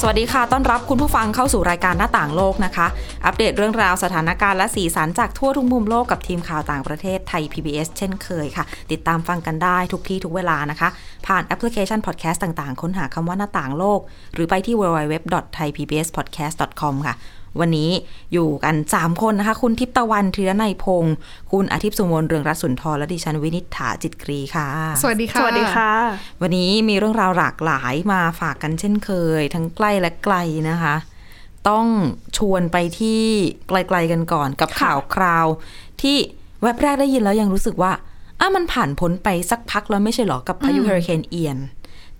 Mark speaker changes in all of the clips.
Speaker 1: สวัสดีค่ะ ต้อนรับคุณผู้ฟังเข้าสู่รายการหน้าต่างโลกนะคะ อัปเดตเรื่องราวสถานการณ์และสีสันจากทั่วทุกมุมโลกกับทีมข่าวต่างประเทศไทย PBS เช่นเคยค่ะ ติดตามฟังกันได้ทุกที่ทุกเวลานะคะ ผ่านแอปพลิเคชันพอดแคสต์ต่างๆ ค้นหาคำว่าหน้าต่างโลก หรือไปที่ www.thaipbspodcast.com ค่ะ วันนี้อยู่กัน 3 คนนะคะ คุณทิพย์ตะวันเทือในยพงศ์คุณอาทิตย์สุมนเรืองรัศนทรและดิฉันวินิษฐาจิตกรีค่ะ
Speaker 2: สวัสดีค่ะ
Speaker 1: วันนี้มีเรื่องราวหลากหลายมาฝากกันเช่นเคย ทั้งใกล้และไกลนะคะ ต้องชวนไปที่ไกลๆกันก่อนกับข่าวคราว ที่แวบแรกได้ยินแล้วยังรู้สึกว่าอ้ามันผ่านพ้นไปสักพักแล้วไม่ใช่เหรอกับพายุเฮอริเคนเอียน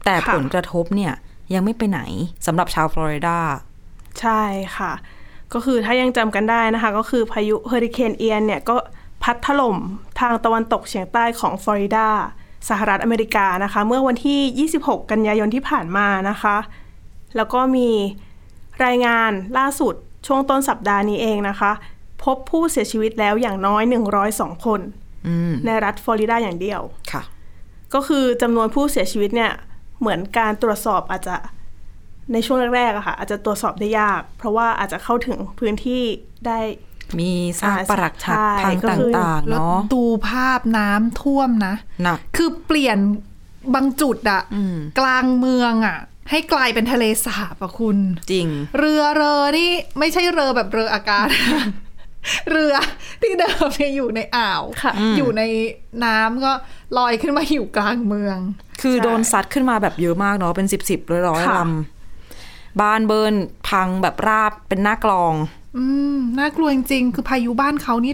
Speaker 1: แต่
Speaker 2: ค่ะ
Speaker 1: ผลกระทบเนี่ยยังไม่ไปไหนสำหรับชาวฟลอริดา
Speaker 3: ใช่ค่ะ ก็คือถ้ายังจำกันได้นะคะ ก็คือพายุเฮอริเคนเอียนเนี่ยก็พัดถล่มทางตะวันตกเฉียงใต้ของฟลอริดาสหรัฐอเมริกานะคะ เมื่อวันที่ 26 กันยายนที่ผ่านมานะคะ แล้วก็มีรายงานล่าสุดช่วงต้นสัปดาห์นี้เองนะคะ พบผู้เสียชีวิตแล้วอย่างน้อย 102 คน
Speaker 1: อืม
Speaker 3: ในรัฐฟลอริดาอย่างเดียว
Speaker 1: ค่ะ
Speaker 3: ก็คือจำนวนผู้เสียชีวิตเนี่ยเหมือนการตรวจสอบอาจจะในช่วงแรกๆอะค่ะอาจจะตรวจสอบได้ยาก เพราะว่าอาจจะเข้าถึงพื้นที่ได้
Speaker 1: มีซากปรักหัก
Speaker 3: ใช่
Speaker 1: พัง
Speaker 3: ก็
Speaker 1: ต
Speaker 3: คือ
Speaker 1: ่างๆ
Speaker 2: แล้ว
Speaker 1: เนาะ
Speaker 2: ดูภาพน้ำท่วมนะ
Speaker 1: หนัก
Speaker 2: คือเปลี่ยนบางจุดอะ
Speaker 1: อืม
Speaker 2: กลางเมืองอะให้กลายเป็นทะเลสาบอะคุณ
Speaker 1: จริง
Speaker 2: เรือเรือนี่ไม่ใช่เรือแบบเรืออากาศ เรือที่เดิมเนี่ยอยู่ในอ่าว
Speaker 3: ค่ะอืม
Speaker 2: อยู่ในน้ำก็ลอยขึ้นมาอยู่กลางเมือง
Speaker 1: คือ
Speaker 3: ใช่
Speaker 1: โดนซัดขึ้นมาแบบเยอะมากเนาะเป็นสิบสิบร้อยร้อยๆ
Speaker 3: ค่ะ
Speaker 1: ลำบ้านเบิร์นพังแบบราบเป็นหน้ากลอง
Speaker 2: อืมน่ากลัวจริงๆคือพายุบ้านเขานี่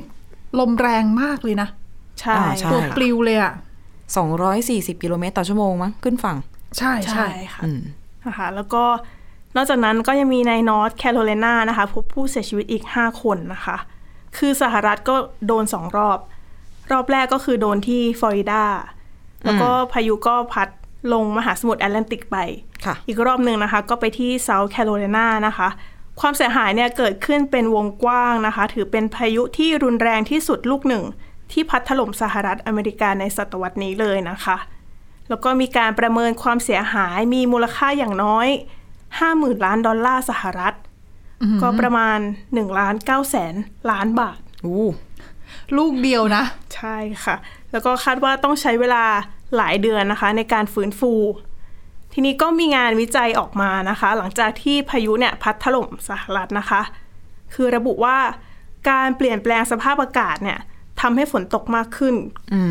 Speaker 2: ลมแรงมากเลยนะ
Speaker 3: ใช่
Speaker 1: อ่าใช่
Speaker 2: ตัวปลิวเลยอะ
Speaker 1: 240 กิโลเมตรต่อชั่วโมงมั้งขึ้นฝั่ง
Speaker 2: ใช่ใช่
Speaker 3: ใช่ค่ะ
Speaker 1: อืม
Speaker 3: นะคะแล้วก็นอกจากนั้นก็ยังมีในนอร์ทแคโรไลนานะคะพบผู้เสียชีวิตอีก 5 คนนะคะ คือสหรัฐก็โดนสองรอบ รอบแรกก็คือโดนที่ฟลอริดาแล้วก็พายุก็พัดลงมหาสมุทรแอตแลนติกไป
Speaker 1: ค่ะ
Speaker 3: อีกรอบหนึ่งนะคะ ก็ไปที่เซาท์แคโรไลนานะคะ ความเสียหายเนี่ยเกิดขึ้นเป็นวงกว้างนะคะ ถือเป็นพายุที่รุนแรงที่สุดลูกหนึ่ง ที่พัดถล่มสหรัฐอเมริกาในศตวรรษนี้เลยนะคะ แล้วก็มีการประเมินความเสียหายมีมูลค่าอย่างน้อย 50,000 ล้านดอลลาร์สหรัฐ ก็ประมาณ1ล้าน9แสนล้านบาท
Speaker 1: อู้
Speaker 2: ลูกเดียวนะ
Speaker 3: ใช่ค่ะ แล้วก็คาดว่าต้องใช้เวลาหลายเดือนนะคะ ในการฟื้นฟู ทีนี้ก็มีงานวิจัยออกมานะคะ หลังจากที่พายุเนี่ยพัดถล่มสหรัฐนะคะ คือระบุว่าการเปลี่ยนแปลงสภาพอากาศเนี่ยทำให้ฝนตกมากขึ้น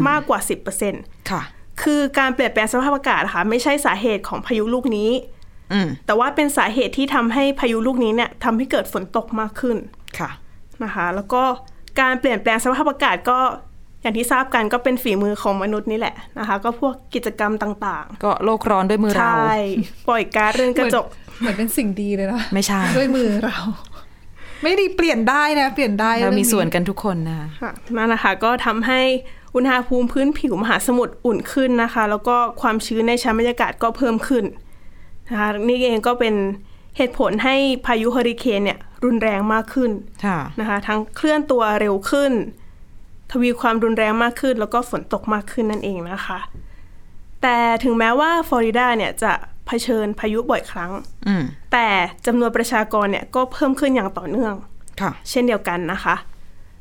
Speaker 3: มากกว่า 10%
Speaker 1: ค่ะ
Speaker 3: คือการเปลี่ยนแปลงสภาพอากาศนะคะไม่ใช่สาเหตุของพายุลูกนี้
Speaker 1: อืม
Speaker 3: แต่ว่าเป็นสาเหตุที่ทำให้พายุลูกนี้เนี่ยทำให้เกิดฝนตกมากขึ้น
Speaker 1: ค่ะ
Speaker 3: นะคะแล้วก็การเปลี่ยนแปลงสภาพอากาศก็อย่างที่ทราบกันก็เป็นฝีมือของมนุษย์นี่แหละนะคะ ก็พวกกิจกรรมต่าง
Speaker 1: ก็โลกร้อนด้วยมือ
Speaker 3: ๆ ใช
Speaker 1: เรา
Speaker 3: ่ ปล่อยก๊าซเรือนกระจก
Speaker 2: เหมือนเป็นสิ่งดีเลยนะ
Speaker 1: ไม่ใช่
Speaker 2: ด้วยมือเรา ไม่ได้เปลี่ยนได้นะ เปลี่ยนได้
Speaker 1: เรามี
Speaker 2: อง
Speaker 1: ส่วนกันทุกคนนะคะ
Speaker 3: ค่ะนั่นนะคะก็ทำให้อุณหภูมิพื้นผิวมหาสมุทรอุ่นขึ้นนะคะ แล้วก็ความชื้นในชั้นบรรยากาศก็เพิ่มขึ้นนะคะนี่เองก็เป็นเหตุผลให้พายุเฮอริเคนเนี่ยรุนแรงมากขึ้น
Speaker 1: ค่ะ
Speaker 3: นะคะทั้งเคลื่อนตัวเร็วขึ้น ทวีความรุนแรงมากขึ้น แล้วก็ฝนตกมากขึ้นนั่นเองนะคะ แต่ถึงแม้ว่าฟลอริดาเนี่ยจะเผชิญพายุบ่อยครั้ง
Speaker 1: อืม
Speaker 3: แต่จำนวนประชากรเนี่ยก็เพิ่มขึ้นอย่างต่อเนื่อง
Speaker 1: ค่ะ
Speaker 3: เช่นเดียวกันนะคะ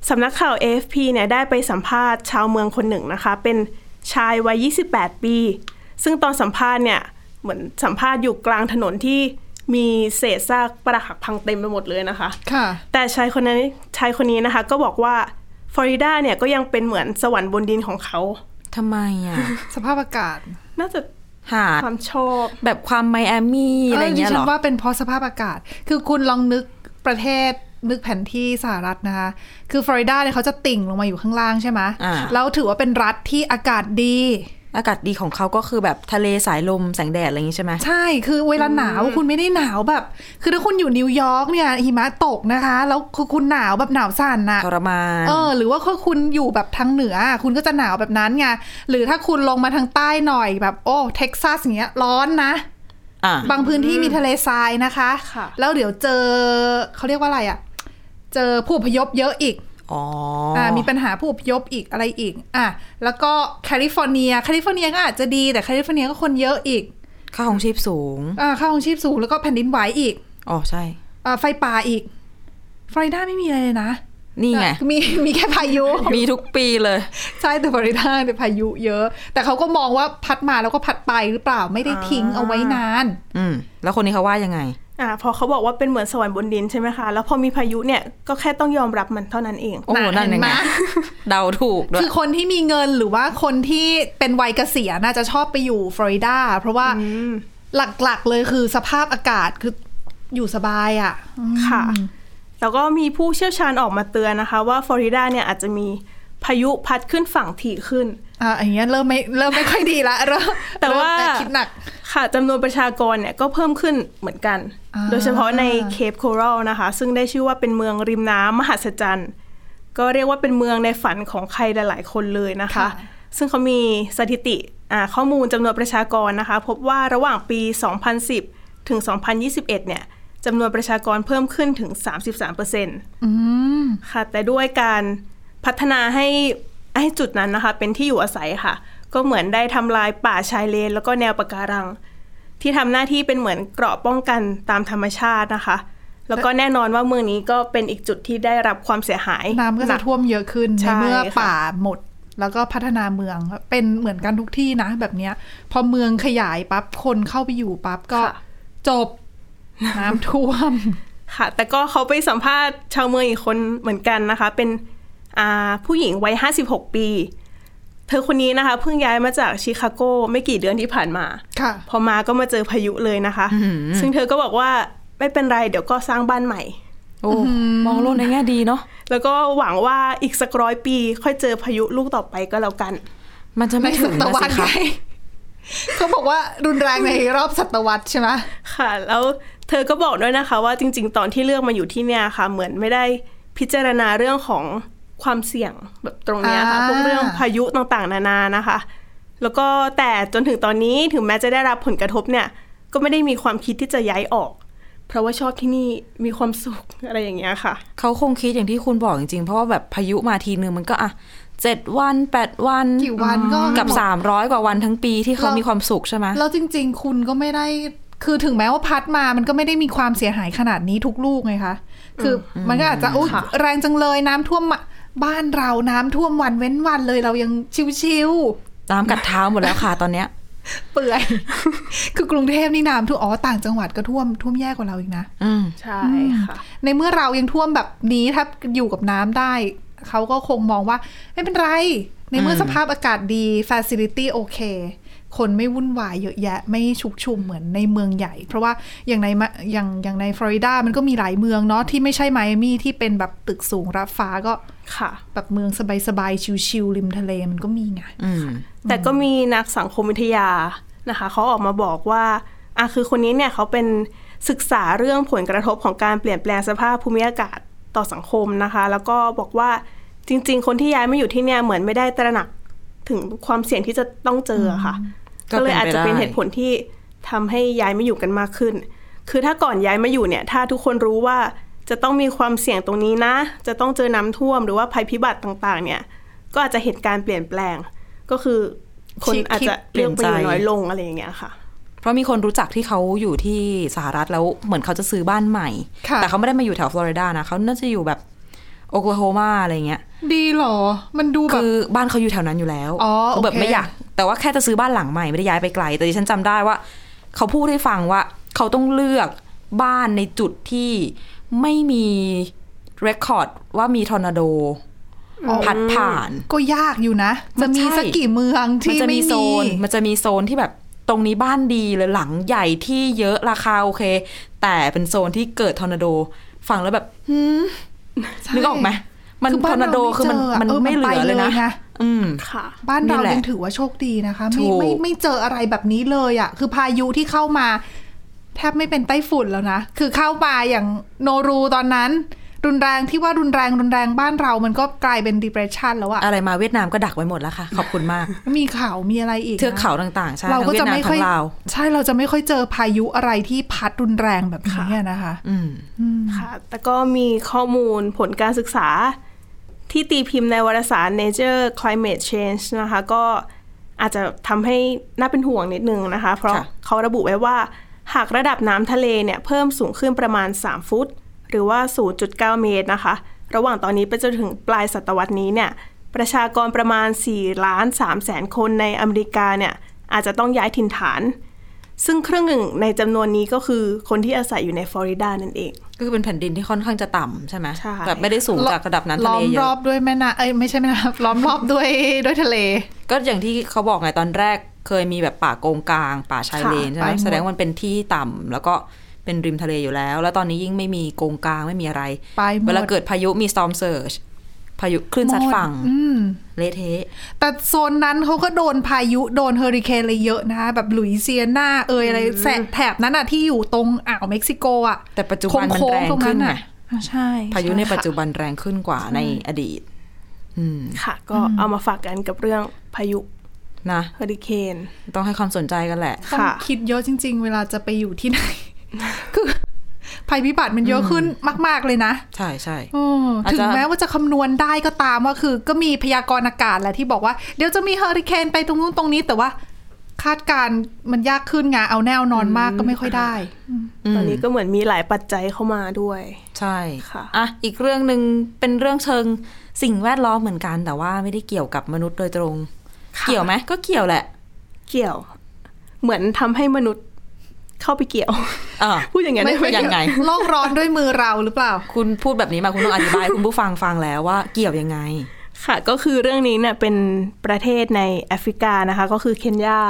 Speaker 3: สำนักข่าว AFP เนี่ยได้ไปสัมภาษณ์ชาวเมืองคนหนึ่งนะคะ เป็นชายวัย 28 ปี ซึ่งตอนสัมภาษณ์เนี่ยเหมือนสัมภาษณ์อยู่กลางถนนที่มีเศษซากปรักหักพังเต็มไปหมดเลยนะคะ
Speaker 2: ค่ะ
Speaker 3: แต่ชายคนนั้นชายคนนี้นะคะ ก็บอกว่าฟลอริดาเนี่ยก็ยังเป็นเหมือนสวรรค์บนดินของเขา
Speaker 1: ทำไมอ่ะ
Speaker 2: สภาพอากาศ
Speaker 3: น่าจะ
Speaker 1: หาด
Speaker 3: ความชอบ
Speaker 1: แบบความไมอามี่อะไรอย่างเงี้ย
Speaker 2: ดิ
Speaker 1: เหร
Speaker 2: ฉั
Speaker 1: อ
Speaker 2: ว่าเป็นเพราะสภาพอากาศ คือคุณลองนึกประเทศนึกแผนที่สหรัฐนะคะ คือฟลอริดาเนี่ยเขาจะติ่งลงมาอยู่ข้างล่างใช่ไหม
Speaker 1: อ่า
Speaker 2: แล้วถือว่าเป็นรัฐที่อากาศดี
Speaker 1: อากาศดีของเขาก็คือแบบทะเลสายลมแสงแดดอะไรอย่างงี้ใช่ไหม
Speaker 2: ใช่ คือเวลาหนาวคุณไม่ได้หนาวแบบ คือถ้าคุณอยู่นิวยอร์กเนี่ยหิมะตกนะคะ แล้วคือคุณหนาวแบบหนาวสั่นน่ะ
Speaker 1: ทรมาน
Speaker 2: เออหรือว่าถ้าคุณอยู่แบบทางเหนือ คุณก็จะหนาวแบบนั้นไงหรือถ้าคุณลงมาทางใต้หน่อยแบบ โอ้เท็กซัสอย่างเงี้ยร้อนนะ
Speaker 1: อ่า
Speaker 2: บางพื้นที่มีทะเลทรายนะคะ
Speaker 3: ค่ะ
Speaker 2: แล้วเดี๋ยวเจอเขาเรียกว่าอะไรอะ่ะ เจอผู้อพยพเยอะอีก
Speaker 1: อ๋อ
Speaker 2: อ่ามีปัญหาผู้อพยพอีกอะไรอีก อ่ะแล้วก็แคลิฟอร์เนียแคลิฟอร์เนียก็อาจจะดีแต่แคลิฟอร์เนียก็คนเยอะอีก
Speaker 1: ค่าของชีพสูง
Speaker 2: อ่าค่าของชีพสูงแล้วก็แผ่นดินไหวอีก
Speaker 1: อ๋อ ใช่
Speaker 2: อ่าไฟป่าอีกฟลอริดาไม่มีอะไรเลยนะ
Speaker 1: นี่ไง
Speaker 2: มี มีแค่พายุ
Speaker 1: มีทุกปีเลย
Speaker 2: ใช่แต่ฟลอริดาเนี่ยพายุเยอะ แต่เขาก็มองว่าพัดมาแล้วก็พัดไปหรือเปล่าไม่ได้ทิ้งเอาไว้นาน
Speaker 1: อืม แล้วคนนี้เขาว่ายังไง
Speaker 3: อ่าพอเขาบอกว่าเป็นเหมือนสวรรค์บนดินใช่ไหมคะ แล้วพอมีพายุเนี่ยก็แค่ต้องยอมรับมันเท่านั้นเอง
Speaker 1: โอ้โห
Speaker 2: น่ะ
Speaker 1: นั่น
Speaker 2: เห็น
Speaker 1: ยัง
Speaker 2: ไหม
Speaker 1: ไงเดาถูกด้วย
Speaker 2: คือคนที่มีเงินหรือว่าคนที่เป็นวัยเกษียณน่าจะชอบไปอยู่ฟลอริดาเพราะว่าหลักๆเลยคือสภาพอากาศคืออยู่สบายอ่ะ
Speaker 3: ค่ะ แล้วก็มีผู้เชี่ยวชาญออกมาเตือนนะคะ ว่าฟลอริดาเนี่ยอาจจะมีพายุพัดขึ้นฝั่งถี่ขึ้น
Speaker 2: อ่าอย่างเงี้ยเริ่มไม่เริ่มไม่ค่อยดีละเริ่ม
Speaker 3: แต่ว่า
Speaker 2: เริ่มคิดหนัก
Speaker 3: ค่ะจำนวนประชากรเนี่ยก็เพิ่มขึ้นเหมือนกัน
Speaker 2: อ่า
Speaker 3: โดยเฉพาะในเคปโครัลนะคะ ซึ่งได้ชื่อว่าเป็นเมืองริมน้ำมหัศจรรย์ ก็เรียกว่าเป็นเมืองในฝันของใครหลาย ๆ คนเลยนะคะ ซึ่งเขามีสถิติอ่าข้อมูลจำนวนประชากรนะคะ พบว่าระหว่างปี 2010 ถึง 2021 เนี่ยจำนวนประชากรเพิ่มขึ้นถึง 33%
Speaker 2: อืม
Speaker 3: ค่ะแต่ด้วยการพัฒนาให้ให้จุดนั้นนะคะ เป็นที่อยู่อาศัยค่ะ ก็เหมือนได้ทำลายป่าชายเลน แล้วก็แนวปะการัง ที่ทำหน้าที่เป็นเหมือนเกราะป้องกันตามธรรมชาตินะคะ แล้วก็แน่นอนว่าเมืองนี้ก็เป็นอีกจุดที่ได้รับความเสียหาย
Speaker 2: น้ำก็
Speaker 3: ห
Speaker 2: จะ
Speaker 3: นั
Speaker 2: ท่วมเยอะขึ้น
Speaker 3: ใช่
Speaker 2: ในเมื่อ
Speaker 3: ค่ะ
Speaker 2: ป่าหมด แล้วก็พัฒนาเมือง เป็นเหมือนกันทุกที่นะแบบเนี้ย พอเมืองขยายปั๊บคนเข้าไปอยู่ปั๊บก็
Speaker 3: ค่ะ
Speaker 2: จบน้ำท่วม
Speaker 3: ค่ะ แต่ก็เขาไปสัมภาษณ์ชาวเมืองอีกคนเหมือนกันนะคะ เป็นอ่าผู้หญิงวัย56 ปี เธอคนนี้นะคะเพิ่งย้ายมาจากชิคาโกไม่กี่เดือนที่ผ่านมา
Speaker 2: ค่ะ
Speaker 3: พอมาก็มาเจอพายุเลยนะคะ ซึ่งเธอก็บอกว่าไม่เป็นไรเดี๋ยวก็สร้างบ้านใหม่
Speaker 1: โอ้ มองโลกในแง่ดีเนาะ
Speaker 3: แล้วก็หวังว่าอีกสักร้อยปี ค่อยเจอพายุลูกต่อไปก็แล้วกัน
Speaker 1: มันจะ
Speaker 2: ใน
Speaker 1: ไม่
Speaker 2: ศ
Speaker 1: ถึง
Speaker 2: ต
Speaker 1: นะ
Speaker 2: วร
Speaker 1: สิ
Speaker 2: รษ
Speaker 1: คะ
Speaker 2: ไงเขาบอกว่ารุนแรงในรอบศตวรรษใช่ไหม
Speaker 3: ค่ะ แล้วเธอก็บอกด้วยนะคะว่าจริง ๆ ตอนที่เลือกมาอยู่ที่เนี่ยค่ะ เหมือนไม่ได้พิจารณาเรื่องของความเสี่ยงแบบตรงเนี้ยค่ะพวกเรื่องพายุต่างๆ นานานะคะ แล้วก็แต่จนถึงตอนนี้ถึงแม้จะได้รับผลกระทบเนี่ย ก็ไม่ได้มีความคิดที่จะย้ายออก เพราะว่าชอบที่นี่มีความสุขอะไรอย่างเงี้ยค่ะ
Speaker 1: เขาคงคิดอย่างที่คุณบอกจริงๆ เพราะว่าแบบพายุมาทีนึงมันก็อ่ะเจ็ดวันแปดวัน
Speaker 2: กี่วันก็
Speaker 1: กับ
Speaker 2: หมด
Speaker 1: 300 กว่าวันทั้งปีที่เขา
Speaker 2: เรามี
Speaker 1: มีความสุขใช่ไหม
Speaker 2: แล้วจริง ๆ คุณก็ไม่ได้ คือถึงแม้ว่าพัดมา มันก็ไม่ได้มีความเสียหายขนาดนี้ทุกลูกไงคะ คืออมันก็อาจจะอุ๊ยแรงจังเลยน้ำท่วมมาบ้านเราน้ำท่วมวันเว้นวันเลยเรายังชิว
Speaker 1: น้ำกัดเท้าหมดแล้วค่ะตอนเนี้ย
Speaker 2: ๆ เปื่อย คือกรุงเทพนี่น้ำท่วม อ๋อ ต่างจังหวัดก็ท่วมท่วมแย่กว่าเราอีกนะ
Speaker 1: อืม
Speaker 3: ใช่ค่ะ
Speaker 2: ในเมื่อเรายังท่วมแบบนี้ถ้าอยู่กับน้ำได้ เขาก็คงมองว่า ไม่เป็นไร ในเมื่อสภาพอากาศดีฟ a ซิลิตี้โอเค คนไม่วุ่นวายเยอะแยะ ไม่ชุกชุมเหมือนในเมืองใหญ่ เพราะว่าอย่างในมะอย่างอย่างในฟลอริดามันก็มีหลายเมืองเนาะที่ไม่ใช่ไมอามี่ที่เป็นแบบตึกสูงรับฟ้าก็
Speaker 3: ค่ะ
Speaker 2: แบบเมืองสบายๆ ชิลๆริมทะเลมันก็มีไง
Speaker 1: อืม
Speaker 3: แต่ก็มีนักสังคมวิทยานะคะเขาออกมาบอกว่าอ่ะคือคนนี้เนี่ยเขาเป็นศึกษาเรื่องผลกระทบของการเปลี่ยนแปลงสภาพภูมิอากาศต่อสังคมนะคะ แล้วก็บอกว่าจริง ๆ คนที่ย้ายมาอยู่ที่เนี่ยเหมือนไม่ได้ตระหนักถึงความเสี่ยงที่จะต้องเจออะค่ะ
Speaker 1: ก็
Speaker 3: ก็
Speaker 1: เป็นไปได้
Speaker 3: เลยอาจจะเป็นเหตุผลที่ทำให้ย้ายมาอยู่กันมากขึ้น คือถ้าก่อนย้ายมาอยู่เนี่ย ถ้าทุกคนรู้ว่าจะต้องมีความเสี่ยงตรงนี้นะ จะต้องเจอน้ำท่วมหรือว่าภัยพิบัติต่างๆ เนี่ย ก็อาจจะเห็นการเปลี่ยนแปลง ก็คือคน
Speaker 2: คิด
Speaker 3: อาจจะเลือกไปอยู่น้อยลงอะไรอย่างเงี้ยค่ะ
Speaker 1: เพราะมีคนรู้จักที่เขาอยู่ที่สหรัฐแล้วเหมือนเขาจะซื้อบ้านใหม่
Speaker 2: ค่ะ
Speaker 1: แต่เขาไม่ได้มาอยู่แถวฟลอริดานะเขาน่าจะอยู่แบบโอคลาโฮมาอะไรเงี้ย
Speaker 2: ดีเหรอ มันดูแบบ
Speaker 1: คือบ้านเขาอยู่แถวนั้นอยู่แล้ว
Speaker 2: อ๋อ
Speaker 1: เขาแบบ
Speaker 2: โอเค
Speaker 1: ไม่อยาก แต่ว่าแค่จะซื้อบ้านหลังใหม่ไม่ได้ย้ายไปไกล แต่ดิฉันจำได้ว่า เขาพูดให้ฟังว่า เขาต้องเลือกบ้านในจุดที่ไม่มีเรคคอร์ดว่ามีทอร์นาโดพัดผ่าน
Speaker 2: ก็ยากอยู่นะ
Speaker 1: มั
Speaker 2: จะ
Speaker 1: น
Speaker 2: มี
Speaker 1: ใช่
Speaker 2: สักกี่เมือง
Speaker 1: มัน
Speaker 2: ที่
Speaker 1: จะ
Speaker 2: ไม่
Speaker 1: มีโซ
Speaker 2: มี
Speaker 1: น มันจะมีโซนที่แบบตรงนี้บ้านดีเลยหลังใหญ่ที่เยอะราคาโอเค แต่เป็นโซนที่เกิดทอร์นาโดฟังแล้วแบบหืม
Speaker 2: ใช่
Speaker 1: นึกออกไหมมัน
Speaker 2: คือ
Speaker 1: ท
Speaker 2: บ้
Speaker 1: อร์นาโดคือมัน
Speaker 2: เรไเจะ
Speaker 1: มัน
Speaker 2: เ
Speaker 1: ไม่เหลื
Speaker 2: ป
Speaker 1: อเลยนะ
Speaker 2: นะ
Speaker 1: อืม
Speaker 3: ค่ะ
Speaker 2: บ้านเรา
Speaker 1: แหละ
Speaker 2: ยังถือว่าโชคดีนะคะ
Speaker 1: ถูก
Speaker 2: ไม่ไม่ไม่เจออะไรแบบนี้เลยอะ่ะ คือพายุที่เข้ามา แทบไม่เป็นไต้ฝุ่นแล้วนะ คือเข้ามาอย่างโนรูตอนนั้น รุนแรงที่ว่ารุนแรงรุนแรงบ้านเรามันก็กลายเป็น depression แล้วอะ
Speaker 1: อะไรมาเวียดนามก็ดักไว้หมดแล้วค่ะ ขอบคุณมาก
Speaker 2: มีข่าวมีอะไรอีก
Speaker 1: เทือก
Speaker 2: นะ
Speaker 1: เขาต่างๆ ใช่
Speaker 2: เรา
Speaker 1: ทั้ง
Speaker 2: ก็
Speaker 1: เวียด
Speaker 2: จะ
Speaker 1: นาม
Speaker 2: ไม่ค่
Speaker 1: ทั้
Speaker 2: อย
Speaker 1: งลาว
Speaker 2: ใช่เราจะไม่ค่อยเจอพายุอะไรที่พัดรุนแรงแบบนี้
Speaker 3: ค่ะ
Speaker 2: นะคะ
Speaker 1: อืม
Speaker 3: ค่ะแต่ก็มีข้อมูลผลการศึกษา ที่ตีพิมพ์ในวารสาร Nature Climate Change นะคะ ก็อาจจะทำให้น่าเป็นห่วงนิดนึงนะคะ เพราะ
Speaker 1: ค่ะ
Speaker 3: เขาระบุไว้ว่า หากระดับน้ำทะเลเนี่ยเพิ่มสูงขึ้นประมาณ 3 ฟุต หรือว่า 0.9 เมตรนะคะ ระหว่างตอนนี้ไปจนถึงปลายศตวรรษนี้เนี่ยประชากรประมาณ4ล้าน3แสนคนในอเมริกาเนี่ยอาจจะต้องย้ายถิ่นฐาน ซึ่งครึ่งหนึ่งในจำนวนนี้ก็คือคนที่อาศัยอยู่ในฟลอริดานั่นเอง
Speaker 1: ก็คือเป็นแผ่นดินที่ค่อนข้างจะต่ำใช่ไหม
Speaker 3: ใช่
Speaker 1: แบบไม่ได้สูงจากระดับน้ำทะ
Speaker 2: ล้อ
Speaker 1: เล
Speaker 2: ม
Speaker 1: เย
Speaker 2: รอ
Speaker 1: อะ
Speaker 2: บด้วยแม่น้ำเอ้ยไม่ใช่แม่น้ำ ล้อมรอบด้วยด้วยทะเล
Speaker 1: ก็อย่างที่เขาบอกไงตอนแรกเคยมีแบบป่าโกงกลาง ป่าชายเลน
Speaker 2: ค่ะ
Speaker 1: ใช่ไหมแสด
Speaker 2: ไปหมด
Speaker 1: งว่ามันเป็นที่ต่ำแล้วก็เป็นริมทะเลอยู่แล้ว แล้วตอนนี้ยิ่งไม่มีโกงกลางไม่มีอะไร
Speaker 2: ไปหมด
Speaker 1: เวลาเกิดพายุมี storm surge พายุคลื่นซัดฝั่ง
Speaker 2: หมดอืม
Speaker 1: เละเทะ
Speaker 2: แต่โซนนั้นเขาก็โดนพายุโดนเฮอริเคนอะไรเยอะนะคะแบบหลุยเซียนาเอยอะไรแสบแถบนั้นอะที่อยู่ตรงอ่าวเม็กซิโกอะ
Speaker 1: แต่ปัจจุบันมัน
Speaker 2: โค้
Speaker 1: แรง ง
Speaker 2: ๆตรง
Speaker 1: ขึ้
Speaker 2: นั้นน
Speaker 1: ไง
Speaker 2: อะใช่
Speaker 1: พายุใน
Speaker 2: ช่ค่ะ
Speaker 1: ปัจจุบันแรงขึ้นกว่าในอดีต อืม
Speaker 3: ค่ะก็เอามาฝากกันกับเรื่องพายุ
Speaker 1: นะ
Speaker 3: เฮอริเคน
Speaker 1: ต้องให้ความสนใจกันแหละ
Speaker 2: ต้อง
Speaker 3: ค่ะ
Speaker 2: คิดเยอะจริง ๆ เวลาจะไปอยู่ ที่ไหน คือภัยพิบัติมันเยอะขึ้นมาก ๆ เลยนะ
Speaker 1: ใช่ใช่
Speaker 2: เออ
Speaker 1: อาจจะ
Speaker 2: ถึงแม้ว่าจะคำนวณได้ก็ตามว่าคือ ก็มีพยากรณ์อากาศแหละที่บอกว่า เดี๋ยวจะมีเฮอริเคนไปตรงนู้นตรงนี้ แต่ว่าคาดการณ์มันยากขึ้นไงเอาแนวนอนมากก็ไม่ค่อยได้
Speaker 1: อืม
Speaker 3: ตอนนี้ก็เหมือนมีหลายปัจจัยเข้ามาด้วย
Speaker 1: ใช่
Speaker 3: ค่ะ
Speaker 1: อ่ะ อีกเรื่องหนึ่งเป็นเรื่องเชิงสิ่งแวดล้อมเหมือนกัน แต่ว่าไม่ได้เกี่ยวกับมนุษย์โดยตรง เกี่ยวไหมก็เกี่ยวแหละ
Speaker 3: เกี่ยว เหมือนทำให้มนุษย์เข้าไปเกี่ยว
Speaker 1: อ่ะ
Speaker 3: พูดอย่างนั้น
Speaker 1: ไม่
Speaker 3: ได้ไหม
Speaker 1: ไม่ ยังง
Speaker 2: โลกร้อนด้วยมือเราหรือเปล่า
Speaker 1: คุณพูดแบบนี้มาคุณต้องอธิบาย คุณผู้ฟังฟังแล้วว่าเกี่ยวยังไง
Speaker 3: ค่ะ ก็คือเรื่องนี้เนี่ยเป็นประเทศในแอฟริกานะคะ ก็คือเคนยา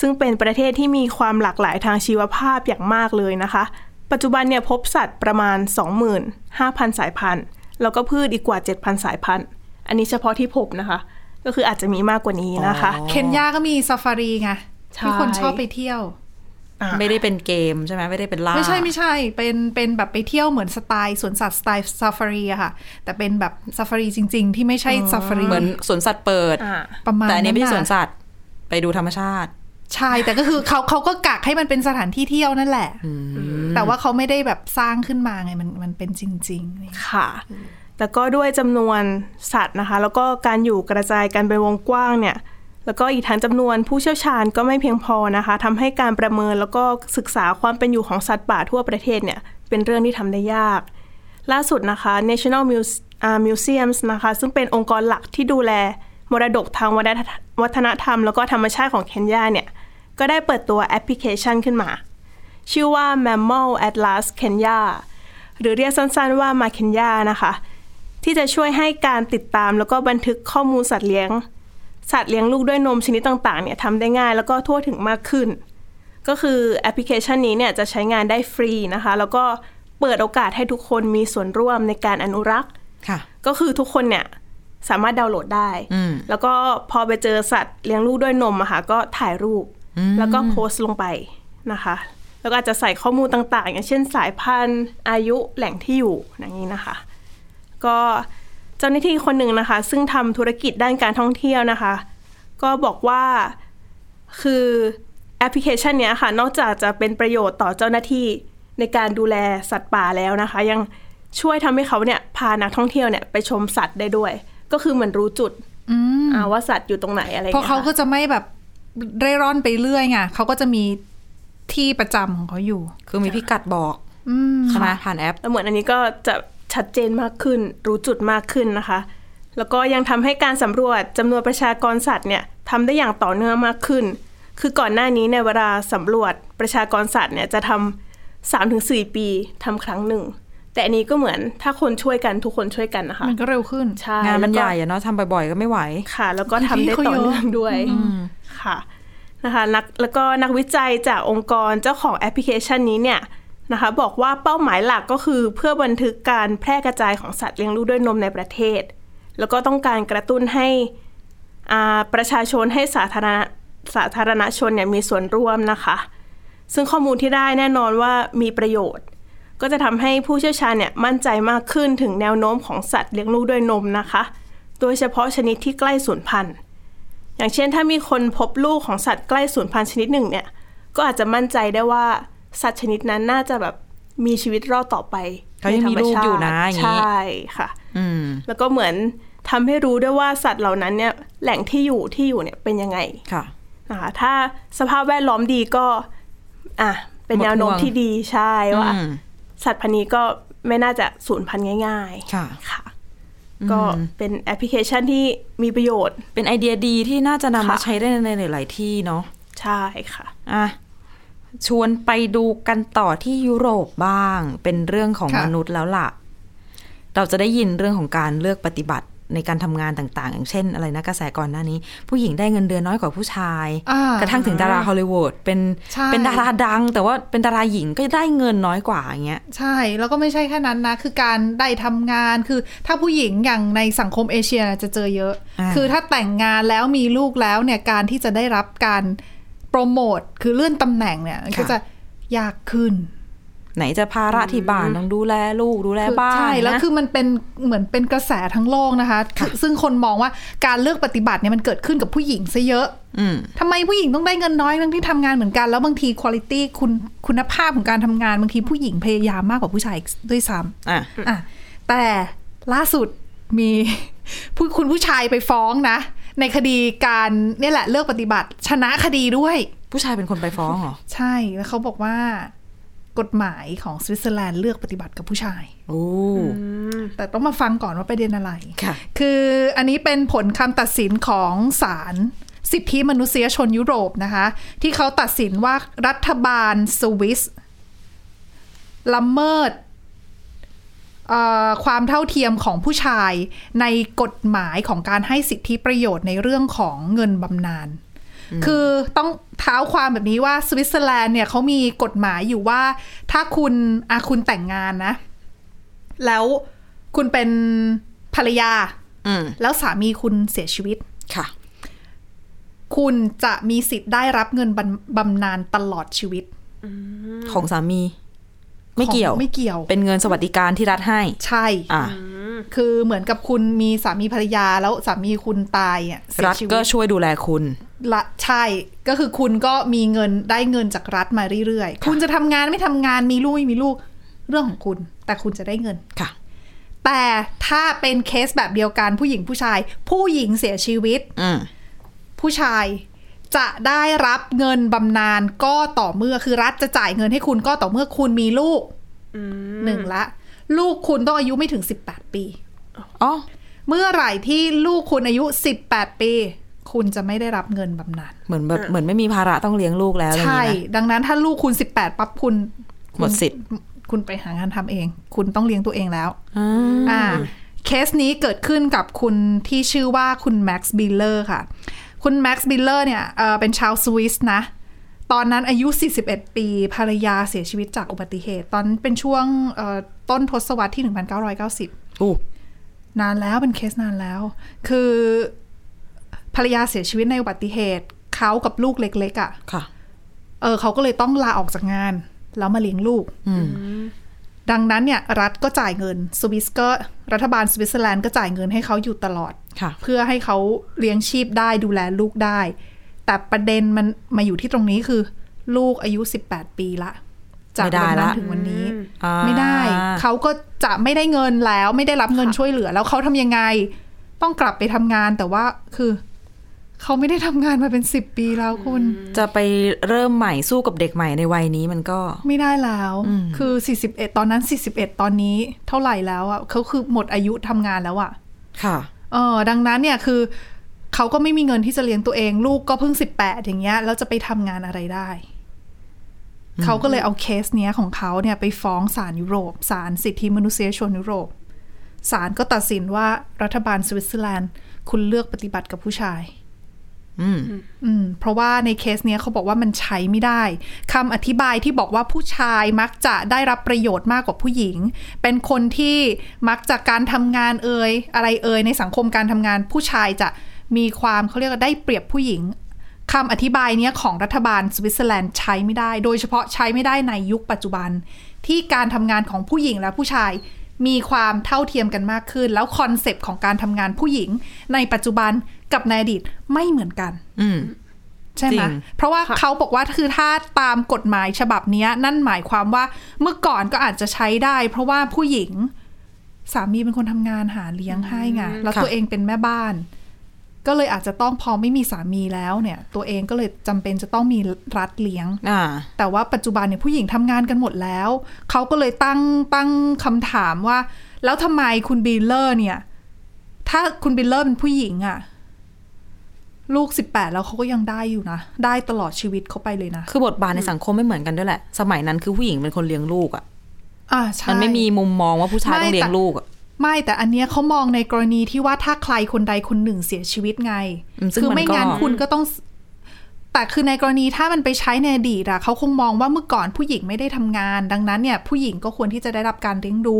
Speaker 3: ซึ่งเป็นประเทศที่มีความหลากหลายทางชีวภาพอย่างมากเลยนะคะ ปัจจุบันเนี่ยพบสัตว์ประมาณ 25,000 สายพันธุ์ แล้วก็พืชอีกกว่า 7,000 สายพันธุ์ อันนี้เฉพาะที่พบนะคะ ก็คืออาจจะมีมากกว่านี้นะคะ
Speaker 1: อ๋อ
Speaker 2: เคนยาก็มีซาฟารีไง
Speaker 3: ใช่
Speaker 2: ที่คนชอบไปเที่ยว
Speaker 1: ไม่ได้เป็นเกมใช่ไหมไม่ได้เป็นล่า
Speaker 2: ไม่ใช่ไม่ใช่เป็นเป็นแบบไปเที่ยวเหมือนสไตล์สวนสัตว์สไตล์ซาฟารีอะค่ะ แต่เป็นแบบซาฟารีจริง ๆ ที่ไม่ใช่ซาฟารี
Speaker 1: เหมือนสวนสัตว์เปิด
Speaker 3: อ่า
Speaker 2: ประมาณ
Speaker 1: แต่อันนี้ไม่ใช่สวนะ สัตว์ไปดูธรรมชาติ
Speaker 2: ใช่แต่ก็คือเขาเขาก็กักให้มันเป็นสถานที่เที่ยวนั่นแหละ แต่ว่าเขาไม่ได้แบบสร้างขึ้นมาไงมันมันเป็นจริงๆนี่
Speaker 3: ค่ะ แต่ก็ด้วยจำนวนสัตว์นะคะ แล้วก็การอยู่กระจายกันเป็นวงกว้างเนี่ย แล้วก็อีกทั้งจำนวนผู้เชี่ยวชาญก็ไม่เพียงพอนะคะทำให้การประเมินแล้วก็ศึกษาความเป็นอยู่ของสัตว์ป่าทั่วประเทศเนี่ยเป็นเรื่องที่ทำได้ยาก ล่าสุดนะคะ National Muse- อ่า Museums นะคะ ซึ่งเป็นองค์กรหลักที่ดูแลมรดกทางวัฒนวัฒนธรรม แล้วก็ธรรมชาติของเคนยาเนี่ย ก็ได้เปิดตัวแอปพลิเคชันขึ้นมา ชื่อว่า Mammal Atlas Kenya หรือเรียกสั้นๆว่ามาเคนยานะคะ ที่จะช่วยให้การติดตามแล้วก็บันทึกข้อมูลสัตว์เลี้ยง สัตว์เลี้ยงลูกด้วยนมชนิดต่างๆเนี่ยทำได้ง่ายแล้วก็ทั่วถึงมากขึ้น ก็คือแอปพลิเคชันนี้เนี่ยจะใช้งานได้ฟรีนะคะ แล้วก็เปิดโอกาสให้ทุกคนมีส่วนร่วมในการอนุรักษ์
Speaker 1: ค่ะ
Speaker 3: ก็คือทุกคนเนี่ยสามารถดาวน์โหลดได้
Speaker 1: อืม
Speaker 3: แล้วก็พอไปเจอสัตว์เลี้ยงลูกด้วยนมอะค่ะก็ถ่ายรูป แล้วก็โพสต์ลงไปนะคะ แล้วก็อาจจะใส่ข้อมูลต่างๆ อย่างเช่นสายพันธุ์ อายุแหล่งที่อยู่อย่างนี้นะคะ ก็เจ้าหน้าที่คนหนึ่งนะคะ ซึ่งทำธุรกิจด้านการท่องเที่ยวนะคะ ก็บอกว่าคือแอปพลิเคชันเนี้ยค่ะ นอกจากจะเป็นประโยชน์ต่อเจ้าหน้าที่ในการดูแลสัตว์ป่าแล้วนะคะ ยังช่วยทำให้เขาเนี่ยพานักท่องเที่ยวเนี่ยไปชมสัตว์ได้ด้วย ก็คือเหมือนรู้จุดอ่าว่าสัตว์อยู่ตรงไหนอะไรอย่ง
Speaker 2: เพราะ
Speaker 3: งี้ย
Speaker 2: เขาก็
Speaker 3: ค่
Speaker 2: จะไม่แบบเร่ร่อนไปเรื่อยไงเขาก็จะมีที่ประจำของเขาอยู่
Speaker 1: คือมีพิกัดบอกใช่ไหมผ่านแอป
Speaker 3: แล้วเหมือนอันนี้ก็จะชัดเจนมากขึ้น รู้จุดมากขึ้นนะคะ แล้วก็ยังทำให้การสำรวจจำนวนประชากรสัตว์เนี่ยทำได้อย่างต่อเนื่องมากขึ้น คือก่อนหน้านี้ในยเวลาสำรวจประชากรสัตว์เนี่ยจะทำสามถึงสี่ปีทำครั้งหนึ่ง แต่อันนี้ก็เหมือนถ้าคนช่วยกันทุกคนช่วยกันนะคะ
Speaker 2: มันก็เร็วขึ้น
Speaker 3: ใช่
Speaker 1: งานมัน
Speaker 3: แล้วก็
Speaker 1: ใหญ่อะเนาะทำบ่อยๆ ก็ไม่ไหว
Speaker 3: ค่ะ แล้วก็ทำได้ต่อเนื่องด้วยค่ะนะคะนักแล้วก็นักวิจัยจากองค์กรเจ้าของแอปพลิเคชันนี้เนี่ยนะคะบอกว่าเป้าหมายหลักก็คือเพื่อบันทึกการแพร่กระจายของสัตว์เลี้ยงลูกด้วยนมในประเทศ แล้วก็ต้องการกระตุ้นให้อ่าประชาชนให้สาธารณะสาธารณชนเนี่ยมีส่วนร่วมนะคะ ซึ่งข้อมูลที่ได้แน่นอนว่ามีประโยชน์ ก็จะทำให้ผู้เชี่ยวชาญเนี่ยมั่นใจมากขึ้นถึงแนวโน้มของสัตว์เลี้ยงลูกด้วยนมนะคะ โดยเฉพาะชนิดที่ใกล้สูญพันธุ์ อย่างเช่นถ้ามีคนพบลูกของสัตว์ใกล้สูญพันธุ์ชนิดหนึ่งเนี่ย ก็อาจจะมั่นใจได้ว่าสัตว์ชนิดนั้นน่าจะแบบมีชีวิตรอดต่อไป
Speaker 1: เขายังมีลูกอยู่นะอย่างนี้
Speaker 3: ใช่ค่ะ
Speaker 1: อืม
Speaker 3: แล้วก็เหมือนทำให้รู้ด้วยว่าสัตว์เหล่านั้นเนี่ยแหล่งที่อยู่ที่อยู่เนี่ยเป็นยังไง
Speaker 1: ค่ะ
Speaker 3: นะคะถ้าสภาพแวดล้อมดีก็อ่ะเป็น
Speaker 1: หมด
Speaker 3: แนวโน้ม
Speaker 1: ห่วง
Speaker 3: ที่ดีใช่ว่า
Speaker 1: อืม
Speaker 3: สัตว์พันธุ์นี้ก็ไม่น่าจะสูญพันธุ์ง่ายๆ
Speaker 1: ค่ะ
Speaker 3: ก็เป็นแอปพลิเคชันที่มีประโยชน์
Speaker 1: เป็นไอเดียดีที่น่าจะนำมา
Speaker 3: ค่ะ
Speaker 1: ใช้ได้ในหลาย ๆ ที่เนาะ
Speaker 3: ใช่ค่ะ
Speaker 1: อ่ะชวนไปดูกันต่อที่ยุโรปบ้าง เป็นเรื่องของ
Speaker 2: ค่ะ
Speaker 1: มนุษย์แล้วล่ะ เราจะได้ยินเรื่องของการเลือกปฏิบัติในการทำงานต่างๆ อย่างเช่นอะไรนะกระแสก่อนหน้านี้ ผู้หญิงได้เงินเดือนน้อยกว่าผู้ชาย
Speaker 2: อ่า
Speaker 1: กระทั่งถึงดาราฮอลลีวูดเป็น
Speaker 2: ใช่
Speaker 1: เป็นดาราดัง แต่ว่าเป็นดาราหญิงก็ได้เงินน้อยกว่าอย่างเงี้ย
Speaker 2: ใช่ แล้วก็ไม่ใช่แค่นั้นนะ คือการได้ทำงาน คือถ้าผู้หญิงอย่างในสังคมเอเชียจะเจอเยอะ
Speaker 1: อ่า
Speaker 2: คือถ้าแต่งงานแล้วมีลูกแล้วเนี่ย การที่จะได้รับการโปรโมท คือเลื่อนตำแหน่งเนี่ยก็จะยากขึ้น
Speaker 1: ไหนจะภาระที่บ้านต้องดูแลลูกดูแลบ้าน
Speaker 2: ใช่แล้ว
Speaker 1: นะ
Speaker 2: คือมันเป็นเหมือนเป็นกระแสทั้งโลกนะคะคือซึ่งคนมองว่าการเลือกปฏิบัติเนี่ยมันเกิดขึ้นกับผู้หญิงซะเยอะ
Speaker 1: อืม
Speaker 2: ทำไมผู้หญิงต้องได้เงินน้อยทั้งที่ทำงานเหมือนกันแล้วบางทีคุณตี้คุณคุณภาพของการทำงานบางทีผู้หญิงพยายามมากกว่าผู้ชายด้วยซ้ำ
Speaker 1: อ่ะ
Speaker 2: อ่ะแต่ล่าสุดมี ผู้คุณผู้ชายไปฟ้องนะ ในคดีการเนี่ยแหละเลือกปฏิบัติ ชนะคดีด้วย
Speaker 1: ผู้ชายเป็นคนไปฟ้องเหรอ
Speaker 2: ใช่แล้วเขาบอกว่า กฎหมายของสวิตเซอร์แลนด์เลือกปฏิบัติกับผู้ชาย
Speaker 1: โอ้
Speaker 2: แต่ต้องมาฟังก่อนว่าประเด็นอะไร
Speaker 1: ค่ะ
Speaker 2: คืออันนี้เป็นผลคำตัดสินของศาลสิทธิมนุษยชนยุโรปนะคะ ที่เขาตัดสินว่ารัฐบาลสวิสละเมิดเอ่อความเท่าเทียมของผู้ชายในกฎหมายของการให้สิทธิประโยชน์ในเรื่องของเงินบำนาญ คือต้องเท้าความแบบนี้ว่าสวิตเซอร์แลนด์เนี่ยเขามีกฎหมายอยู่ว่าถ้าคุณอาคุณแต่งงานนะ แล้วคุณเป็นภรรยา
Speaker 1: อืม
Speaker 2: แล้วสามีคุณเสียชีวิต
Speaker 1: ค่ะ
Speaker 2: คุณจะมีสิทธิ์ได้รับเงินบำบำนาญตลอดชีวิต
Speaker 1: ของสามี ไม่เกี่ยว
Speaker 2: ของไม่เกี่ยว
Speaker 1: เป็นเงินสวัสดิการที่รัฐให้
Speaker 2: ใช่
Speaker 1: อ่ะ
Speaker 2: คือเหมือนกับคุณมีสามีภรรยาแล้วสามีคุณตายอ่ะเสีย
Speaker 1: รัฐ
Speaker 2: ชีวิ
Speaker 1: ก็
Speaker 2: ต
Speaker 1: ช่วยดูแลคุณ
Speaker 2: ละใช่ ก็คือคุณก็มีเงินได้เงินจากรัฐมาเรื่อยๆ คุณจะทำงานไม่ทำงานมีลูกไม่มีลูกเรื่องของคุณ แต่คุณจะได้เงิน
Speaker 1: ค่ะ
Speaker 2: แต่ถ้าเป็นเคสแบบเดียวกันผู้หญิงผู้ชาย ผู้หญิงเสียชีวิต
Speaker 1: อืม
Speaker 2: ผู้ชายจะได้รับเงินบำนาญก็ต่อเมื่อคือรัฐจะจ่ายเงินให้คุณก็ต่อเมื่อคุณมีลูกหนึ่งละ ลูกคุณต้องอายุไม่ถึง 18 ปี
Speaker 1: อ๋อ
Speaker 2: เมื่อไหร่ที่ลูกคุณอายุ 18 ปี คุณจะไม่ได้รับเงินบำนาญ
Speaker 1: เหมือนแบบ เหมือนไม่มีภาระต้องเลี้ยงลูกแล้วอะไรอย่าง
Speaker 2: ใช่
Speaker 1: นี้นะ
Speaker 2: ดังนั้นถ้าลูกคุณ 18 ปั๊บคุณ
Speaker 1: หมดสิทธิ์
Speaker 2: คุณไปหางานทำเอง คุณต้องเลี้ยงตัวเองแล้ว
Speaker 1: อ่า
Speaker 2: อ่าเคสนี้เกิดขึ้นกับคุณที่ชื่อว่าคุณแม็กซ์บิลเลอร์ค่ะ คุณแม็กซ์บิลเลอร์เนี่ยเอ่อเป็นชาวสวิสนะ ตอนนั้นอายุ 41 ปี ภรรยาเสียชีวิตจากอุบัติเหตุ ตอนนั้นเป็นช่วงเอ่อต้นทศวรรษที่ 1990
Speaker 1: อู้
Speaker 2: นานแล้วเป็นเคสนานแล้ว คือภรรยาเสียชีวิตในอุบัติเหตุ เขากับลูกเล็กๆอะ่ะ
Speaker 1: ค่ะ
Speaker 2: เออเขาก็เลยต้องลาออกจากงาน แล้วมาเลี้ยงลูก ดังนั้นเนี่ยรัฐก็จ่ายเงินสวิสก็รัฐบาลสวิตเซอร์แลนด์ก็จ่ายเงินให้เขาอยู่ตลอด
Speaker 1: ค่ะ
Speaker 2: เพื่อให้เขาเลี้ยงชีพได้ดูแลลูกได้ แต่ประเด็นมันมาอยู่ที่ตรงนี้คือ ลูกอายุ 18 ปีละ จาก
Speaker 1: ไม่ได้
Speaker 2: วันนั้น
Speaker 1: ละ
Speaker 2: ถึงวันนี้
Speaker 1: อ่า
Speaker 2: ไม่ได้เขาก็จะไม่ได้เงินแล้วไม่ได้รับเงินช่วยเหลือ แล้วเขาทำยังไง ต้องกลับไปทำงานแต่ว่าคือเขาไม่ได้ทำงานมาเป็น 10 ปีแล้วคุณ
Speaker 1: จะไปเริ่มใหม่สู้กับเด็กใหม่ในวัยนี้มันก็
Speaker 2: ไม่ได้แล้ว คือ 41 ตอนนั้น 41 ตอนนี้เท่าไหร่แล้วอ่ะเขาคือหมดอายุทำงานแล้วอ่ะ
Speaker 1: ค่ะ
Speaker 2: เออดังนั้นเนี่ยคือเขาก็ไม่มีเงินที่จะเลี้ยงตัวเอง ลูกก็เพิ่ง 18 อย่างเงี้ยแล้วจะไปทำงานอะไรได้ เขาก็เลยเอาเคสเนี้ยของเขาเนี่ยไปฟ้องศาลยุโรปศาลสิทธิมนุษยชนยุโรปศาลก็ตัดสินว่ารัฐบาลสวิตเซอร์แลนด์ คุณเลือกปฏิบัติกับผู้ชาย
Speaker 1: อืม
Speaker 2: อืมเพราะว่าในเคสเนี้ยเขาบอกว่ามันใช้ไม่ได้คำอธิบายที่บอกว่าผู้ชายมักจะได้รับประโยชน์มากกว่าผู้หญิง เป็นคนที่มักจากการทำงานเอ่ยอะไรเอ่ยในสังคมการทำงานผู้ชายจะมีความเขาเรียกว่าได้เปรียบผู้หญิง คำอธิบายเนี้ยของรัฐบาลสวิตเซอร์แลนด์ใช้ไม่ได้ โดยเฉพาะใช้ไม่ได้ในยุคปัจจุบัน ที่การทำงานของผู้หญิงและผู้ชาย มีความเท่าเทียมกันมากขึ้น แล้วคอนเซปต์ของการทำงานผู้หญิง ในปัจจุบันกับในอดีตไม่เหมือนกัน
Speaker 1: อืม
Speaker 2: ใช่ไหม
Speaker 1: จริง
Speaker 2: เพราะว่า
Speaker 3: ค่ะ
Speaker 2: เขาบอกว่าคือถ้าตามกฎหมายฉบับเนี้ย นั่นหมายความว่าเมื่อก่อนก็อาจจะใช้ได้ เพราะว่าผู้หญิง สามีเป็นคนทำงานหาเลี้ยงให้ไงแล้วตัวเองเป็นแม่บ้าน ก็เลยอาจจะต้องพอไม่มีสามีแล้วเนี่ย ตัวเองก็เลยจำเป็นจะต้องมีรัฐเลี้ยง
Speaker 1: อ่า
Speaker 2: แต่ว่าปัจจุบันเนี่ยผู้หญิงทำงานกันหมดแล้ว เขาก็เลยตั้งตั้งคำถามว่า แล้วทำไมคุณบีเลอร์เนี่ย ถ้าคุณบีเลอร์เป็นผู้หญิงอะลูกสิบแปดแล้วเขาก็ยังได้อยู่นะ ได้ตลอดชีวิตเขาไปเลยนะ
Speaker 1: คือบทบาทในสังคมไม่เหมือนกันด้วยแหละ สมัยนั้นคือผู้หญิงเป็นคนเลี้ยงลูกอะ่ะ
Speaker 2: อ่าใช่
Speaker 1: มันไม่มีมุมมองว่าผู้ชาย
Speaker 2: ไม่
Speaker 1: ต้องเลี้ยงลูกอะ
Speaker 2: ไม่แต่อันเนี้ยเขามองในกรณีที่ว่าถ้าใครคนใดคนหนึ่งเสียชีวิตไง
Speaker 1: อืมซึ่ง
Speaker 2: คือ
Speaker 1: มัน
Speaker 2: ไม่
Speaker 1: ก็
Speaker 2: งั้นคุณก็ต้องสแต่คือในกรณีถ้ามันไปใช้ในอดีตอะเขาคงมองว่าเมื่อก่อนผู้หญิงไม่ได้ทำงาน ดังนั้นเนี่ยผู้หญิงก็ควรที่จะได้รับการเลี้ยงดู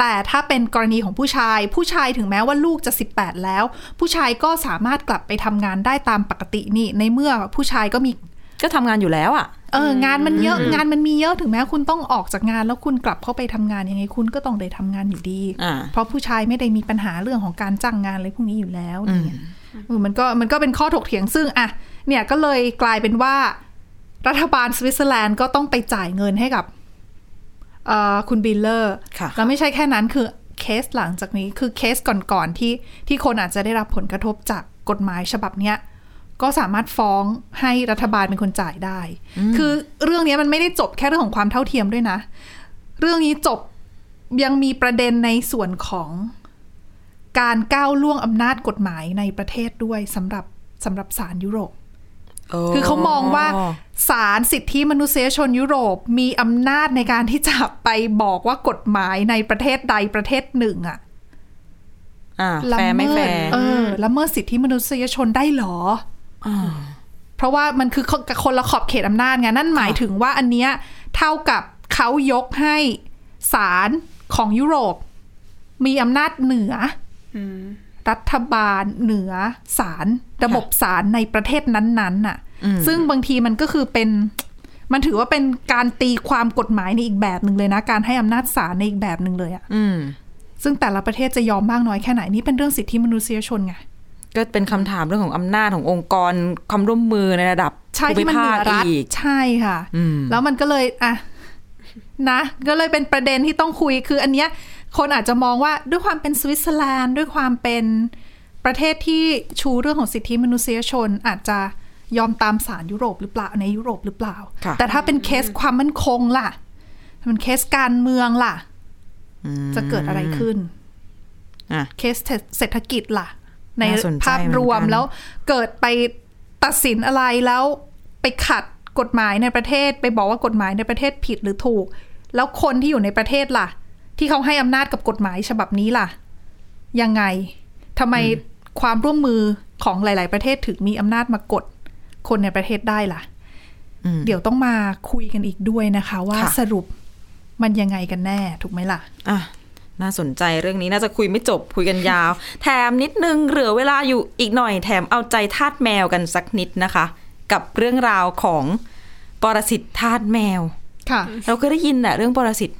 Speaker 2: แต่ถ้าเป็นกรณีของผู้ชาย ผู้ชายถึงแม้ว่าลูกจะ 18 แล้ว ผู้ชายก็สามารถกลับไปทำงานได้ตามปกตินี่ ในเมื่อผู้ชายก็มี
Speaker 1: ก็ทำงานอยู่แล้วอะ่ะ
Speaker 2: เอองานมันเยอะงานมันมีเยอะถึงแม้คุณต้องออกจากงานแล้วคุณกลับเข้าไปทำงานยังไงคุณก็ต้องได้ทำงานอยู่ดี
Speaker 1: อ่า
Speaker 2: เพราะผู้ชายไม่ได้มีปัญหาเรื่องของการจ้างงานอะไรพวกนี้อยู่แล้วเนี่ยเออมันก็มันก็เป็นข้อถกเถียงซึ่งอ่ะเนี่ยก็เลยกลายเป็นว่า รัฐบาลสวิตเซอร์แลนด์ก็ต้องไปจ่ายเงินให้กับเอ่อคุณบิลเลอร์
Speaker 1: ค่ะ
Speaker 2: แล้วไม่ใช่แค่นั้นคือเคสหลังจากนี้คือเคสก่อนๆที่ที่คนอาจจะได้รับผลกระทบจากกฎหมายฉบับเนี้ย ก็สามารถฟ้องให้รัฐบาลเป็นคนจ่ายได้ คือเรื่องเนี้ยมันไม่ได้จบแค่เรื่องของความเท่าเทียมด้วยนะ เรื่องนี้จบยังมีประเด็นในส่วนของการก้าวล่วงอำนาจกฎหมายในประเทศด้วยสำหรับสำหรับศาลยุโรป คือเขามองว่าศาลสิทธิมนุษยชนยุโรปมีอำนาจในการที่จะไปบอกว่ากฎหมายในประเทศใดประเทศหนึ่งอะ
Speaker 1: อ่า
Speaker 2: ละ
Speaker 1: แฟร์ไม่
Speaker 2: เมิ
Speaker 1: แฟ
Speaker 2: ด
Speaker 1: ร์
Speaker 2: เออละเมิดสิทธิมนุษยชนได้เหรออเพราะว่ามันคือคนคนละขอบเขตอำนาจไงนั่นหมายถึงว่าอันเนี้ยเท่ากับเขายกให้ศาลของยุโรป มีอำนาจเหนืออรัฐบาลเหนือศาลระบบศาลในประเทศนั้นๆน่ะ ซึ่งบางทีมันก็คือเป็นมันถือว่าเป็นการตีความกฎหมายในอีกแบบหนึ่งเลยนะ การให้อำนาจศาลในอีกแบบหนึ่งเลยอะ
Speaker 1: อืม
Speaker 2: ซึ่งแต่ละประเทศจะยอมมากน้อยแค่ไหน นี่เป็นเรื่องสิทธิมนุษยชนไง
Speaker 1: ก็เป็นคำถามเรื่องของอำนาจขององค์กรความร่วมมือในระดับ
Speaker 2: ใช่
Speaker 1: ภู
Speaker 2: ที่
Speaker 1: มิ
Speaker 2: มัน
Speaker 1: ภา
Speaker 2: เหนื
Speaker 1: ค
Speaker 2: อรัฐ
Speaker 1: อีก
Speaker 2: ใช่ค่ะ
Speaker 1: อืม
Speaker 2: แล้วมันก็เลยอ่ะ นะ ก็เลยเป็นประเด็นที่ต้องคุยคืออันเนี้ยคนอาจจะมองว่าด้วยความเป็นสวิตเซอร์แลนด์ ด้วยความเป็นประเทศที่ชูเรื่องของสิทธิมนุษยชน อาจจะยอมตามสารยุโรปหรือเปล่าในยุโรปหรือเปล่า
Speaker 1: ค่ะ
Speaker 2: แต่ถ้าเป็นเคสความมั่นคงล่ะถ้าเป็นเคสการเมืองล่ะ จะเกิดอะไรขึ้น
Speaker 1: อ่ะ
Speaker 2: เคสเศรษฐกิจล่ะ ใน
Speaker 1: น่าสนใจ
Speaker 2: ภาพรวม
Speaker 1: เหมือนกัน
Speaker 2: แล้วเกิดไปตัดสินอะไรแล้วไปขัดกฎหมายในประเทศ ไปบอกว่ากฎหมายในประเทศผิดหรือถูก แล้วคนที่อยู่ในประเทศล่ะ ที่เขาให้อำนาจกับกฎหมายฉบับนี้ล่ะ ยังไงทำไมความร่วมมือของหลาย ๆ ประเทศถึงมีอำนาจมากดคนในประเทศได้ล่ะ
Speaker 1: อืม
Speaker 2: เดี๋ยวต้องมาคุยกันอีกด้วยนะคะ ว่า
Speaker 1: ค่ะ
Speaker 2: สรุปมันยังไงกันแน่ถูกไหมล่ะ
Speaker 1: อ่ะ น่าสนใจเรื่องนี้น่าจะคุยไม่จบคุยกันยาว แถมนิดนึงเหลือเวลาอยู่อีกหน่อยแถมเอาใจทาสแมวกันสักนิดนะคะ กับเรื่องราวของปรสิตทาสแมว
Speaker 2: ค่ะ
Speaker 1: เราเคยได้ยินแหละเรื่องปรสิต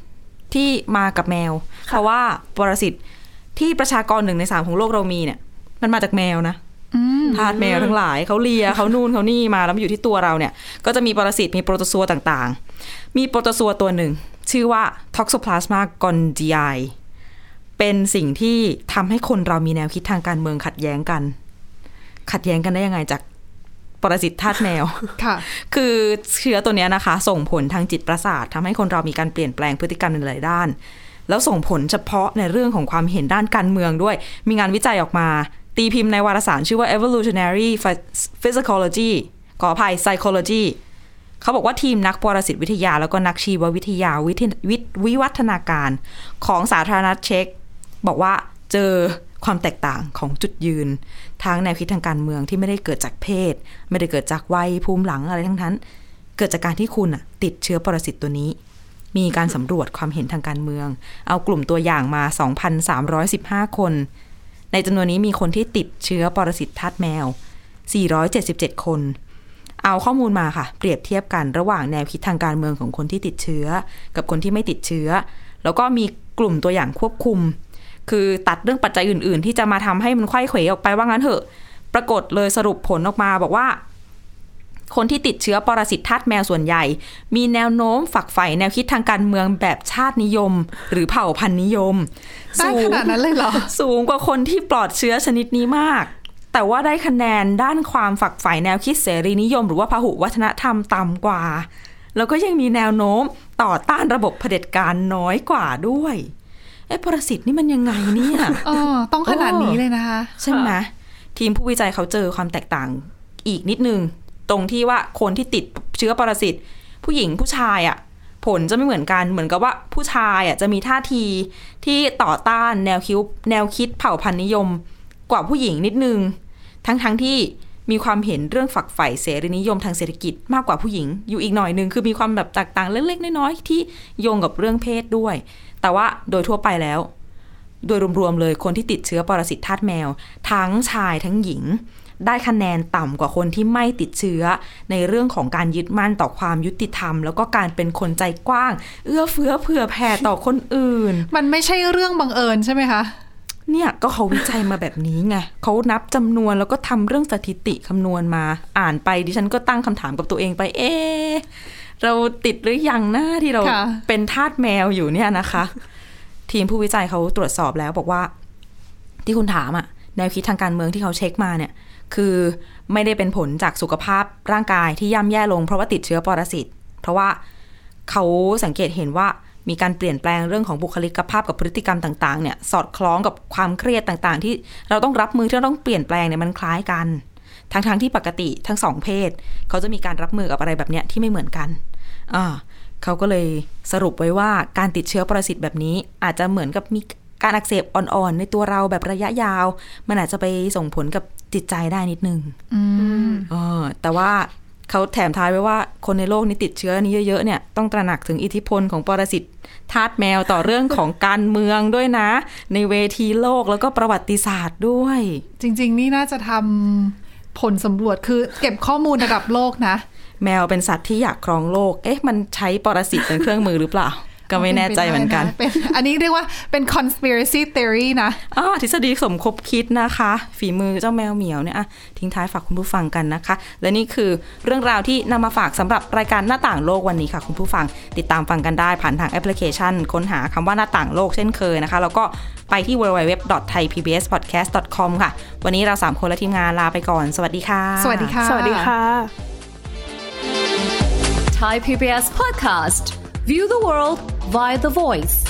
Speaker 1: ที่มากับแมว เพราะว่าปรสิตที่ประชากรหนึ่งในสามของโลกเรามีเนี่ย มันมาจากแมวนะทาสแมวทั้งหลายเขาเลียเขานู่นเขานี่มาแล้วมาอยู่ที่ตัวเราเนี่ย ก็จะมีปรสิตมีโปรโตซัวต่างๆ มีโปรโตซัวตัวหนึ่ง ชื่อว่า Toxoplasma gondii เป็นสิ่งที่ทำให้คนเรามีแนวคิดทางการเมืองขัดแย้งกัน ขัดแย้งกันได้ยังไงจากปรสิตทาสแมว
Speaker 2: ค่ะ
Speaker 1: คือเชื้อตัวเนี้ยนะคะ ส่งผลทางจิตประสาททำให้คนเรามีการเปลี่ยนแปลงพฤติกรรมในหลายด้าน แล้วส่งผลเฉพาะในเรื่องของความเห็นด้านการเมืองด้วย มีงานวิจัยออกมา ตีพิมพ์ในวารสารชื่อว่า evolutionary physiology ขออภัย psychology เขาบอกว่าทีมนักปรสิตวิทยา แล้วก็นักชีววิทยาวิทยวิทวิวัฒนาการของสาธารณรัฐเช็ก บอกว่าเจอความแตกต่างของจุดยืน ทางแนวคิดทางการเมืองที่ไม่ได้เกิดจากเพศ ไม่ได้เกิดจากวัยภูมิหลังอะไรทั้งนั้น เกิดจากการที่คุณอะติดเชื้อปรสิตตัวนี้ มีการสำรวจความเห็นทางการเมือง เอากลุ่มตัวอย่างมา 2,315 คน ในจำนวนนี้มีคนที่ติดเชื้อปรสิตทัดแมว 477 คน เอาข้อมูลมาค่ะ เปรียบเทียบกันระหว่างแนวคิดทางการเมืองของคนที่ติดเชื้อ กับคนที่ไม่ติดเชื้อ แล้วก็มีกลุ่มตัวอย่างควบคุม คือตัดเรื่องปัจจัยอื่น ๆ ที่จะมาทำให้มันไขว้เขวออกไปว่างั้นเถอะ ปรากฏเลยสรุปผลออกมาบอกว่า คนที่ติดเชื้อปรสิตทาสแมวส่วนใหญ่ มีแนวโน้มฝักใฝ่แนวคิดทางการเมืองแบบชาตินิยม หรือเผ่าพันธุ์นิยม
Speaker 2: ได้ขนาดนั้นเลยเหรอ
Speaker 1: สูงกว่าคนที่ปลอดเชื้อชนิดนี้มาก แต่ว่าได้คะแนนด้านความฝักใฝ่แนวคิดเสรีนิยม หรือว่าพหุวัฒนธรรมต่ำกว่า แล้วก็ยังมีแนวโน้มต่อต้านระบบเผด็จการน้อยกว่าด้วยไอ้ยปรสิตนี่มันยังไงเนี่ย
Speaker 2: เออ ต้องขนาดนี้เลยนะคะ
Speaker 1: ใช่ไหมทีมผู้วิจัยเขาเจอความแตกต่างอีกนิดนึง ตรงที่ว่าคนที่ติดเชื้อปรสิตผู้หญิงผู้ชายอะ่ะ ผลจะไม่เหมือนกันเหมือนกับว่าผู้ชายอะ่ะจะมีท่าทีที่ต่อต้านแนวคิวแนวคิดเผ่าพันธุ์นิยม กว่าผู้หญิงนิดนึง ทั้งทั้งที่มีความเห็นเรื่องฝักใฝ่เสรีนิยมทางเศรษฐกิจมากกว่าผู้หญิง อยู่อีกหน่อยหนึ่งคือมีความแบบแตกต่างเล็กๆน้อยๆที่โยงกับเรื่องเพศด้วย แต่ว่าโดยทั่วไปแล้ว โดยรวมๆเลยคนที่ติดเชื้อปรสิตทาสแมว ทั้งชายทั้งหญิง ได้คะแนนต่ำกว่าคนที่ไม่ติดเชื้อ ในเรื่องของการยึดมั่นต่อความยุติธรรม แล้วก็การเป็นคนใจกว้าง เอื้อเฟื้อเผื่อแผ่ต่อคนอื่น
Speaker 2: มันไม่ใช่เรื่องบังเอิญใช่ไหมคะ
Speaker 1: เนี่ยก็เขาวิจัยมาแบบนี้ไงเขานับจำนวนแล้วก็ทำเรื่องสถิติคำนวณมา อ่านไปดิฉันก็ตั้งคำถามกับตัวเองไป เอ๊ะเราติดหรือยังนะที่เรา
Speaker 2: ค่ะ
Speaker 1: เป็นทาสแมวอยู่เนี่ยนะคะ ทีมผู้วิจัยเขาตรวจสอบแล้วบอกว่า ที่คุณถามอะแนวคิดทางการเมืองที่เขาเช็คมาเนี่ย คือไม่ได้เป็นผลจากสุขภาพร่างกายที่ย่ำแย่ลงเพราะว่าติดเชื้อปรสิตเพราะว่า เขาสังเกตเห็นว่ามีการเปลี่ยนแปลงเรื่องของบุคลิกภาพกับพฤติกรรมต่างๆเนี่ยสอดคล้องกับความเครียดต่างๆ ที่เราต้องรับมือที่เราต้องเปลี่ยนแปลงเนี่ยมันคล้ายกัน ทั้งๆที่ปกติทั้งสองเพศ เขาจะมีการรับมือกับอะไรแบบเนี้ยที่ไม่เหมือนกันอ่าเขาก็เลยสรุปไว้ว่าการติดเชื้อปรสิตแบบนี้ อาจจะเหมือนกับมีการอักเสบอ่อนๆในตัวเราแบบระยะยาว มันอาจจะไปส่งผลกับจิตใจได้นิดนึง
Speaker 2: อืม
Speaker 1: เออแต่ว่าเขาแถมท้ายไว้ว่าคนในโลกนี้ติดเชื้อนี้เยอะๆเนี่ยต้องตระหนักถึงอิทธิพลของปรสิตทาสแมวต่อเรื่องของการเมืองด้วยนะ ในเวทีโลกแล้วก็ประวัติศาสตร์ด้วย
Speaker 2: จริง ๆ นี่น่าจะทำผลสำรวจคือเก็บข้อมูลระดับโลกนะ
Speaker 1: แมวเป็นสัตว์ที่อยากครองโลก เอ๊ะ มันใช้ปรสิตเป็นเครื่องมือหรือเปล่า ก็ไม่แน่ใจเหมือนกัน
Speaker 2: ป็ไปได้ะเป็นอันนี้เรียกว่าเป็น conspiracy theory นะ
Speaker 1: อ่าทฤษฎีสมคบคิดนะคะ ฝีมือเจ้าแมวเหมียวเนี่ยอ่ะทิ้งท้ายฝากคุณผู้ฟังกันนะคะ และนี่คือเรื่องราวที่นำมาฝากสำหรับรายการหน้าต่างโลกวันนี้ค่ะ คุณผู้ฟังติดตามฟังกันได้ผ่านทางแอปพลิเคชัน ค้นหาคำว่าหน้าต่างโลกเช่นเคยนะคะ แล้วก็ไปที่ www.thaipbspodcast.com ค่ะ วันนี้เราสามคนและทีมงานลาไปก่อน สวัสดีค่ะ
Speaker 2: สวัสดีค่ะ
Speaker 3: สวัสดีค่ะ
Speaker 4: Thai PBS podcast. View the world via the voice.